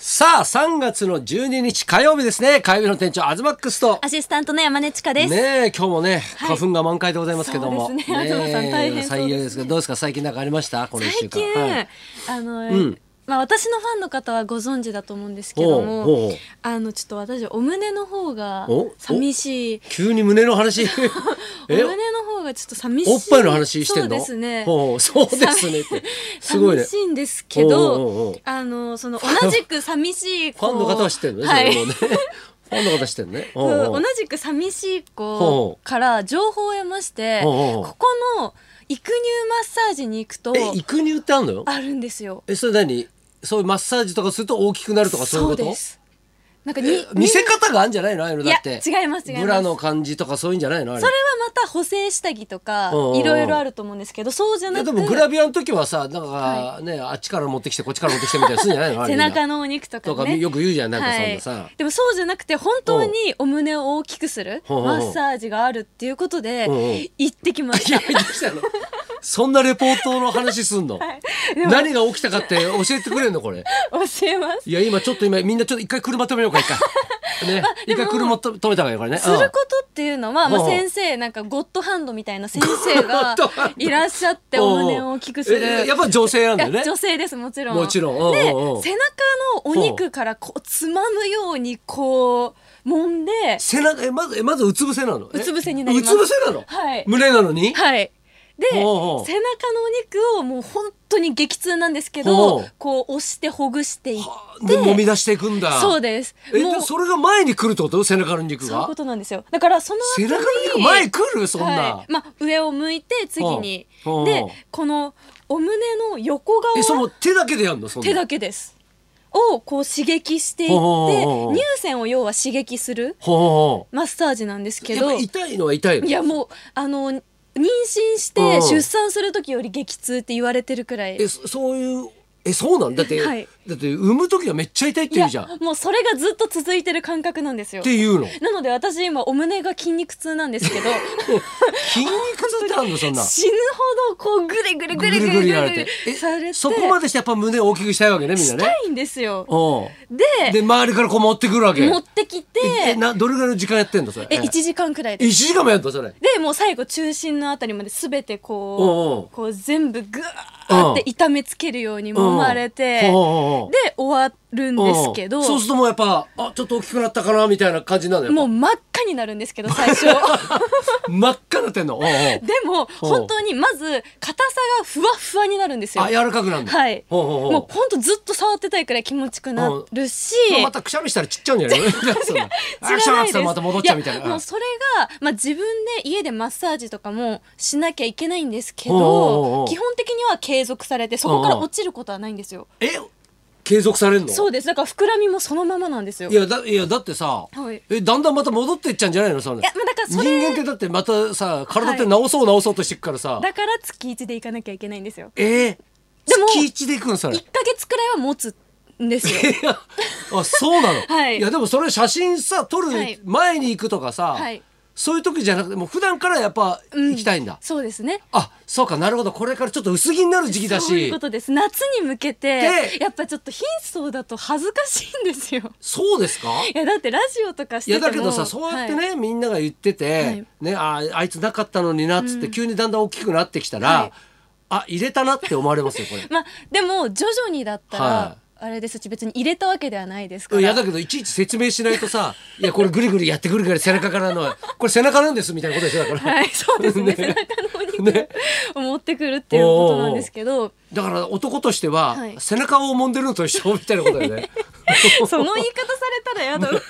さあ3月の12日火曜日ですね火曜日の店長アズマックスとアシスタントの山根千佳です。ねえ今日もね、は花い粉が満開でございますけどもそうですね東さん大変そうですね最悪ですけどどうですか最近なんかありましたこの1週最間近、はいあの、んまあ私のファンの方はご存知だと思うんですけども、ほうほうほうあのちょっと私お胸の方がお寂しい。急に胸の 話おえ胸の方がちょっと寂しい。おっぱいの話してんのそうですね。ほうそうですねってすごいね寂しいんですけど、おうおうおうあのそ の同じく寂しいフ子ァンの方は知ってるのね、はいそれもねファンの方は知ってるのねおう そうお同うじく寂しいほ子から情報を得まして、ほうほうほうここの育乳マッサージに行くとえ育乳ってあるのよあるんですよ。えそれ何そういうマッサージとかすると大きくなるとかそういうことです。なんかに見せ方があるんじゃないのああいうのだっていや違います違いますブラの感じとかそういうんじゃないのあれそれはまた補正下着とかうんうんうんいろいろあると思うんですけどそうじゃいなやくでもグラビアの時はさなんかね、あっちから持ってきてこっちから持ってきてみたいなするんじゃないのあれ背中ののお肉ととかかね。よく言うじゃんなんかそんなさ、はい、でもそうじゃなくて本当にお胸を大きくするほうほうマッサージがあるっていうことでほうほう行ってきましいやた。入ってきたのそんなレポートの話すんの、でも何が起きたかって教えてくれんのこれ教えます。いや今ちょっと今みんなちょっと一回車止めようか一 回ね一回車と止めた方がいいよこれねすることっていうのは、まうあ、ん先生なんかゴッドハンドみたいな先生がゴッドハンドいらっしゃってお胸を大きくすうんえる。やっぱ女性なんだよねいや女性ですもちろんもちろんうんで背うんうん中のお肉からこうつまむようにこう揉んで背中えまずえまずうつ伏せなのえうつ伏せになりますうつ伏せなの、はい胸なのに、はいで背中おうおうのお肉をもう本当に激痛なんですけおどうこう押してほぐしていっで揉み出していくんだそうですえもでうそれが前に来るってこと背中の肉そういうがことなんですよだからその後背に中の肉前来るそんな、はいまあ、上を向いて次におうおうでこのお胸の横側えその手だけでやんのそんな手だけですをこう刺激していってほうほうほうほう乳腺を要は刺激するほうほうマッサージなんですけやっぱどい痛いのは痛いのやもうあの妊娠しうんて出産する時より激痛って言われてるくらいえそそういうえそうなんだって、はいだって産む時はめっちゃ痛いってい言やうじゃんっもうそれがずっと続いてる感覚なんですよていうのなので私今お胸が筋肉痛なんですけど 筋肉痛ってあるのそんな死ぬほどこうグリグリグリグリグリやグらリれてえされてそこまでしてやっぱ胸を大きくしたいわけねみんなしねたいんですようでんで周りからこう持ってくるわけ持ってきてええなどれぐらいの時間やってんのそれえ1時間くらいです1時間もやんのそれでもう最後中心のあたりまで全ておうおうこうこう全部グーって痛めつけるように揉まれてうんほでうほうほう終わるんですけどうんそうするともうやっぱあちょっと大きくなったかなみたいな感じなのよもう真っ赤になるんですけ ど最初真っ赤になってんのおうおうでも本当にまず硬さがふわふわになるんですよあ柔らかくなるのはいほうほうほうもう本当ずっと触ってたいくらい気持ちくなるしまたくしゃみしたらちっちゃうんじゃないの そんなあく知しゃみっらなてたいですらまた戻っちゃうみたいやもなうそれが、まあ、自分で家でマッサージとかもしなきゃいけないんですけどおうおうおう基本的には継続されてそこから落ちることはないんですよえ継続されるのそうですだから膨らみもそのままなんですよいやだいやだってさ、はいえだんだんまた戻ってっちゃうんじゃないのそのいやまあだから人それ間ってだってまたさ体って治そう治そうとしてくからさ、だから月1で行かなきゃいけないんですよえー、でも月一で行くのそれ1ヶ月くらいは持つんで すよいやあそうなの、 はいやでもそれ写真さ撮るはい前に行くとかさ、はいそういう時じゃなくてもう普段からやっぱ行きたいんだ、そうですねあそうかなるほどこれからちょっと薄着になる時期だそういしうことです夏に向けでてやっぱちょっと貧相だと恥ずかしいんですよ そうですかいやだってラジオとかしいててやもだけどさそうやってはね、みんなが言ってて、はいね、ああいつなかったのになっつって、急にだんだん大きくなってきたら、はいあ入れたなって思われますよこれ。 いまあでも徐々にだったら、はあれですし別に入れたわけではないですからいやだけどいちいち説明しないとさ「いやこれぐりぐりやってくるから背中からのこれ背中なんです」みたいなことでしょだから。はい、そうですねね背中のお肉ねを持ってくるっていうことなんですけど、だから男としては、はい背中を揉んでるのと一緒みたいなことだよ ねその言い方されたらやだな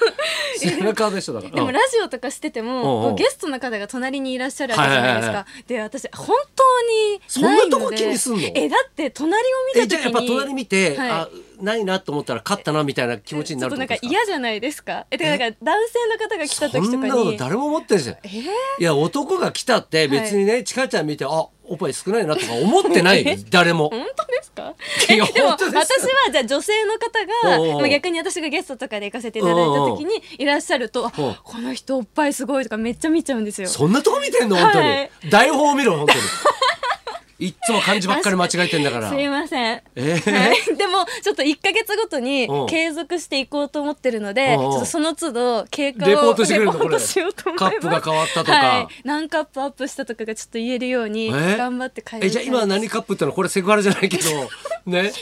背中でしょだから でもうんラジオとかしててもおうおうこうゲストの方が隣にいらっしゃるわけじゃないですか、はいはいで私本当になそいのでんなとこ気にすんのえだって隣をえ見たじゃ時あにやっぱ隣見て、はいあないなと思ったら勝ったなみたいな気持ちにちょなるっとってなんことでかすか嫌じゃないですかえだから男性の方が来た時とそかんになこと誰も思ってるじゃんえーいや男が来たって別にね、ちかちゃん見てあおっぱい少ないなとか思ってない よ誰も本当ですか いえやでも本当私ではすよじゃあ女性の方がおうおうまあ逆に私がゲストとかで行かせていただいた時にいらっしゃるとあおうこの人おっぱいすごいとかめっちゃ見ちゃうんですよそんなとこ見てんの本当に、はい台本を見ろ本当にいっつも漢字ばっかり間違えてんだからすいません、えーはい、 でもちょっと1か月ごとにうん継続していこうと思ってるのでうんちうんょっとその都度経過をレポートしてくれるのレポートこれしようと思いカますップが変わったとかはい、何カップアップしたとかがちょっと言えるようにえー頑張って改善えじゃあ今したい何カップってのはこれセクハラじゃ ないけどね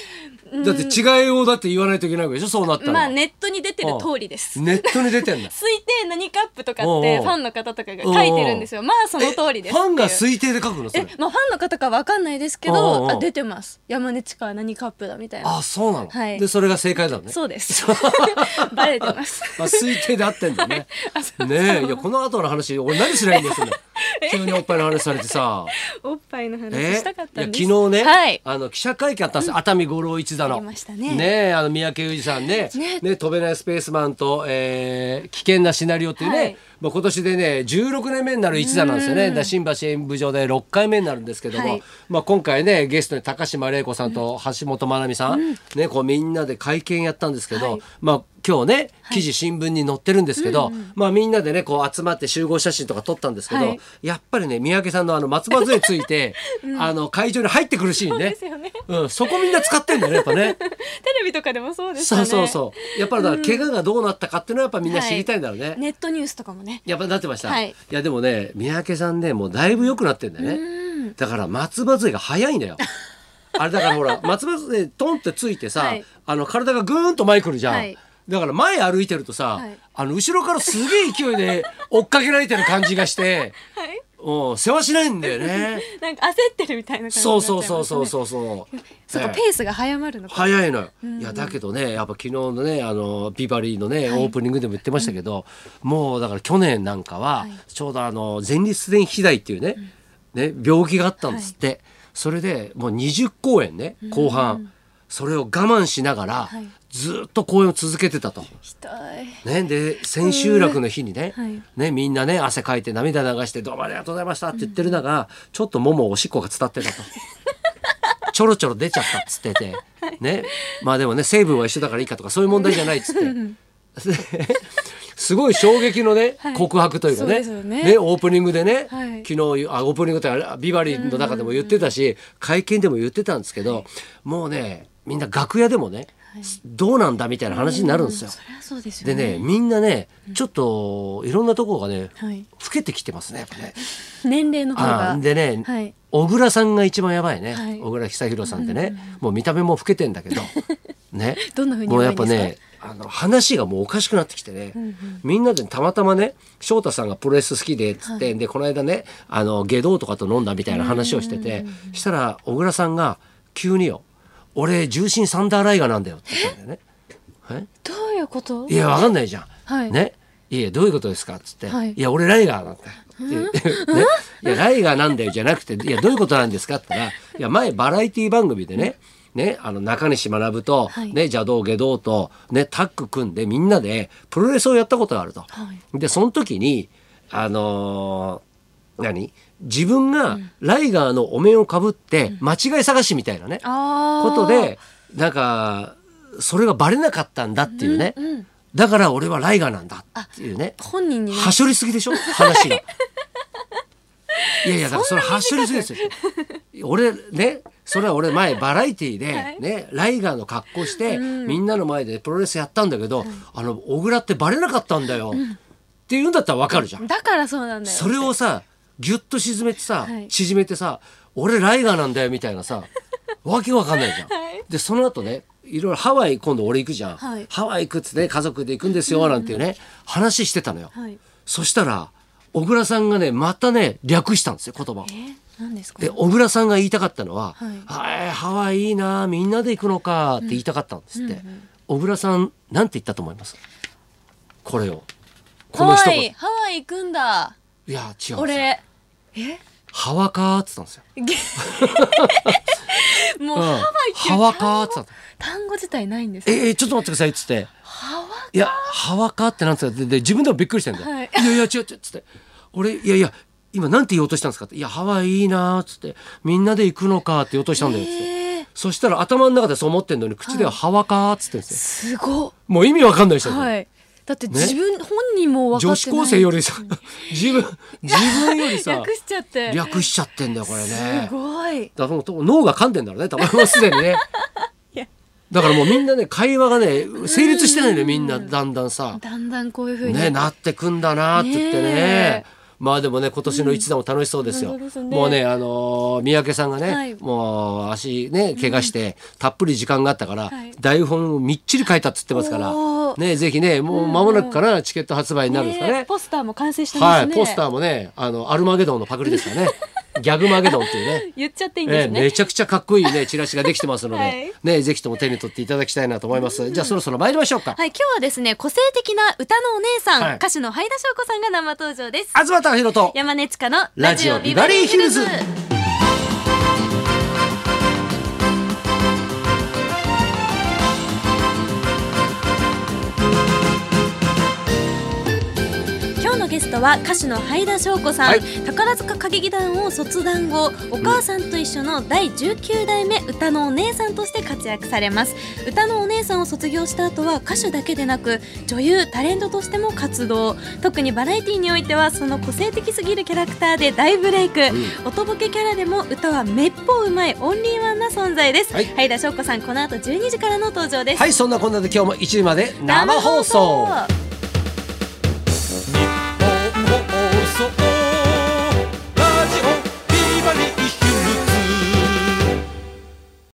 だって違いをだって言わないといけないわけでしょそうなったら、まあネットに出てる通りですネットに出てんだ推定何カップとかおっうおてうファンの方とかが書いてるんですよまあ その通りですファンがっていう推定で書くのそえれ、まあファンの方かわかんないですけおうおどうあ出てます山根千佳は何カップだみたいなあそうなの、はいでそれが正解なのねそうです バレてますまあ推定で合ってんだよ ねねえいやこの後の話俺何しないんですよ急におっぱいの話されてさ おっぱいの話えしたかったんです。いや昨日ね、はい。あの記者会見あったんですよ、熱海五郎一座の。ありましたねえあの三宅裕二さんねねね飛べないスペースマンと、えー危険なシナリオっていうね、はいまあ、今年でね16年目になる一座なんですよねだ新橋演舞場で6回目になるんですけども、はいまあ、今回ねゲストに高島玲子さんと橋本まなみさん、ね、こうみんなで会見やったんですけど、はいまあ、今日ね記事新聞に載ってるんですけど、まあ、みんなでねこう集まって集合写真とか撮ったんですけど、はいやっぱりね三宅さんのあの松葉杖つい て、あの会場に入ってくるシーンでねすよね。うん、そこみんな使ってんだよねやっぱね テレビとかでも そうでしそたね。うそうそうやっぱりだから怪我がどうなったかっていうのはやっぱみんな知りたいんだろうね、ネットニュースとかもね。やっぱなってました、はいい、やでもね三宅さんねもうだいぶ良くなってんだよねだから松葉杖が早いんだ よあれだからほら松葉杖トンってついてさ、はいあの体がぐーんと前来るじゃん、はいだから前歩いてるとさ、はいあの後ろからすげえ勢いで追っかけられてる感じがして、はい。うん、世話しないんだよね なんか焦ってるみたいな感じにそなうっちゃいそまうすねそうそうそうそう。そうかええペースが早まるのか。早いのよ。いやだけどねやっぱ昨日のねあのビバリーのね、オープニングでも言ってましたけど、もうだから去年なんかは、はいちょうどあの前立腺肥大っていうね、ね病気があったんですって、それでもう20公演ね後半、それを我慢しながら、はいずっと公演を続けてたと。ひどい。ね、で千秋楽の日にね,、うんはいねみんなね汗かいて涙流して「どうもありがとうございました」って言ってる中、ちょっとももおしっこが伝って たとちょろちょろ出ちゃったっつってて、ね、まあでもね成分は一緒だからいいかとかそういう問題じゃないっつって。 すごい衝撃のね、はい告白というかそうねですよねオープニングでね、はい昨日あオープニングってあれビバリーの中でも言ってたし、会見でも言ってたんですけど、もうねみんな楽屋でもね、どうなんだみたいな話になるんですよ。そりゃそうですよでね、ね。みんなね、ちょっといろんなところがね、はい老けてきてますね、やっぱね。年齢の方あが。ーでね、はい小倉さんが一番やばいね、はい小倉久弘さんってね、もう見た目も老けてんだけ ど、ね、どんな風にもうやっぱやばいんねで、あの話がもうおかしくなってきてね、みんなでたまたまね、翔太さんがプロレス好きでっつって、でこの間ね、あの下道とかと飲んだみたいな話をしてて、したら小倉さんが急によ、俺重心サンダーライガーなんだよって言ったんだよね。えどういうこと？いや、わかんないじゃん。はいね。いや、どういうことですかっつって、はいい。や、俺ライガーなんだよ。って言 ってね、いやライガーなんだよじゃなくていやどういうことなんですかって言ったらいや前バラエティ番組でねねあの中西学と、はいね、邪道下道と、ね、タッグ組んでみんなでプロレスをやったことがあると。はいでその時にあのー何自分がライガーのお面をかぶって間違い探しみたいなね、ああ。ことでなんかそれがバレなかったんだっていうね、うんだから俺はライガーなんだっていうね本人にね。はしょりすぎでしょ話 が。いやいやだからそれはしょりすぎですよ。俺ねそれは俺前バラエティではいね、ライガーの格好して、みんなの前でプロレスやったんだけど、あの小倉ってバレなかったんだよ、っていうんだったらわかるじゃん。だからそうなんだよ。それをさギュッと沈めてさ、はい縮めてさ俺ライガーなんだよみたいな さわけわかんないじゃん。はいでその後ねいろいろハワイ今度俺行くじゃん、はいハワイ行くっつってね家族で行くんですよなんていうね、話してたのよ、はいそしたら小倉さんがねまたね略したんですよ言葉をえ。ー、何ですかで？小倉さんが言いたかったのは「はいはい、ハワイいいなみんなで行くのか」って言いたかったんですって、小倉さんなんて言ったと思いますこれをこハの一ワ言イハワイ行くんだ。いや違うんですよ俺。ハワカーっつったんですよ。 もううんハワイっていうハワカーっつったの。単語自体ないんです。ええちょっと待ってくださいっつって。いやハワカーってなんですかでで自分でもびっくりしてんだよ。はいい、やいや違う違うっつって。俺いやいや今なんて言おうとしたんですかって。いやハワイいいなーっつってみんなで行くのかって言おうとしたんだよっつって。えーそしたら頭の中でそう思ってんのに口ではハワカーっつってんですよ。すごっもう意味わかんない人だよ、はい。だって自分、本人も分かってな女い子高生よ りさ自分自分よりさ略しちゃって略しちゃってんだよこれねすごいだからもう脳が噛んでんだろうねたまにすでにね いやだからもうみんなね会話がね成立してないのよみんなだんだんさだんだんこういうふうにねなってくんだなって言ってねねえまあでもね今年の一段も楽しそうですよ、うん本当ですねもうねあのー三宅さんがね、はいもう足ね怪我して、たっぷり時間があったから、はい台本をみっちり書いたっつってますからおーねぜひねもう間もなくからチケット発売になるんですかねねポスターも完成してまはすい、ね、ポスターもね、あの、アルマゲドンのパクリです からね。ギャグマゲドンっていうね。言っちゃっていいんでえすーね、めちゃくちゃかっこいいね、チラシができてますので、はいね、ぜひとも手に取っていただきたいなと思います。じゃあ、そろそろ参りましょうか。はい今日はですね個性的な歌のお姉さん、はい歌手のはいだしょうこさんが生登場です東隆弘と。山根千佳のララジジオオビビババリリーーヒヒルルズズ。今日のゲストは歌手のはいだしょうこさん、はい宝塚歌劇団を卒団後お母さんと一緒の第19代目歌のお姉さんとして活躍されます歌のお姉さんを卒業した後は歌手だけでなく女優タレントとしても活動特にバラエティにおいてはその個性的すぎるキャラクターで大ブレイク、おとぼけキャラでも歌はめっぽううまいオンリーワンな存在ですははいい、田翔子さんこの後12時からの登場です、はい、そんなこんなで今日も1時まで生放送。生放送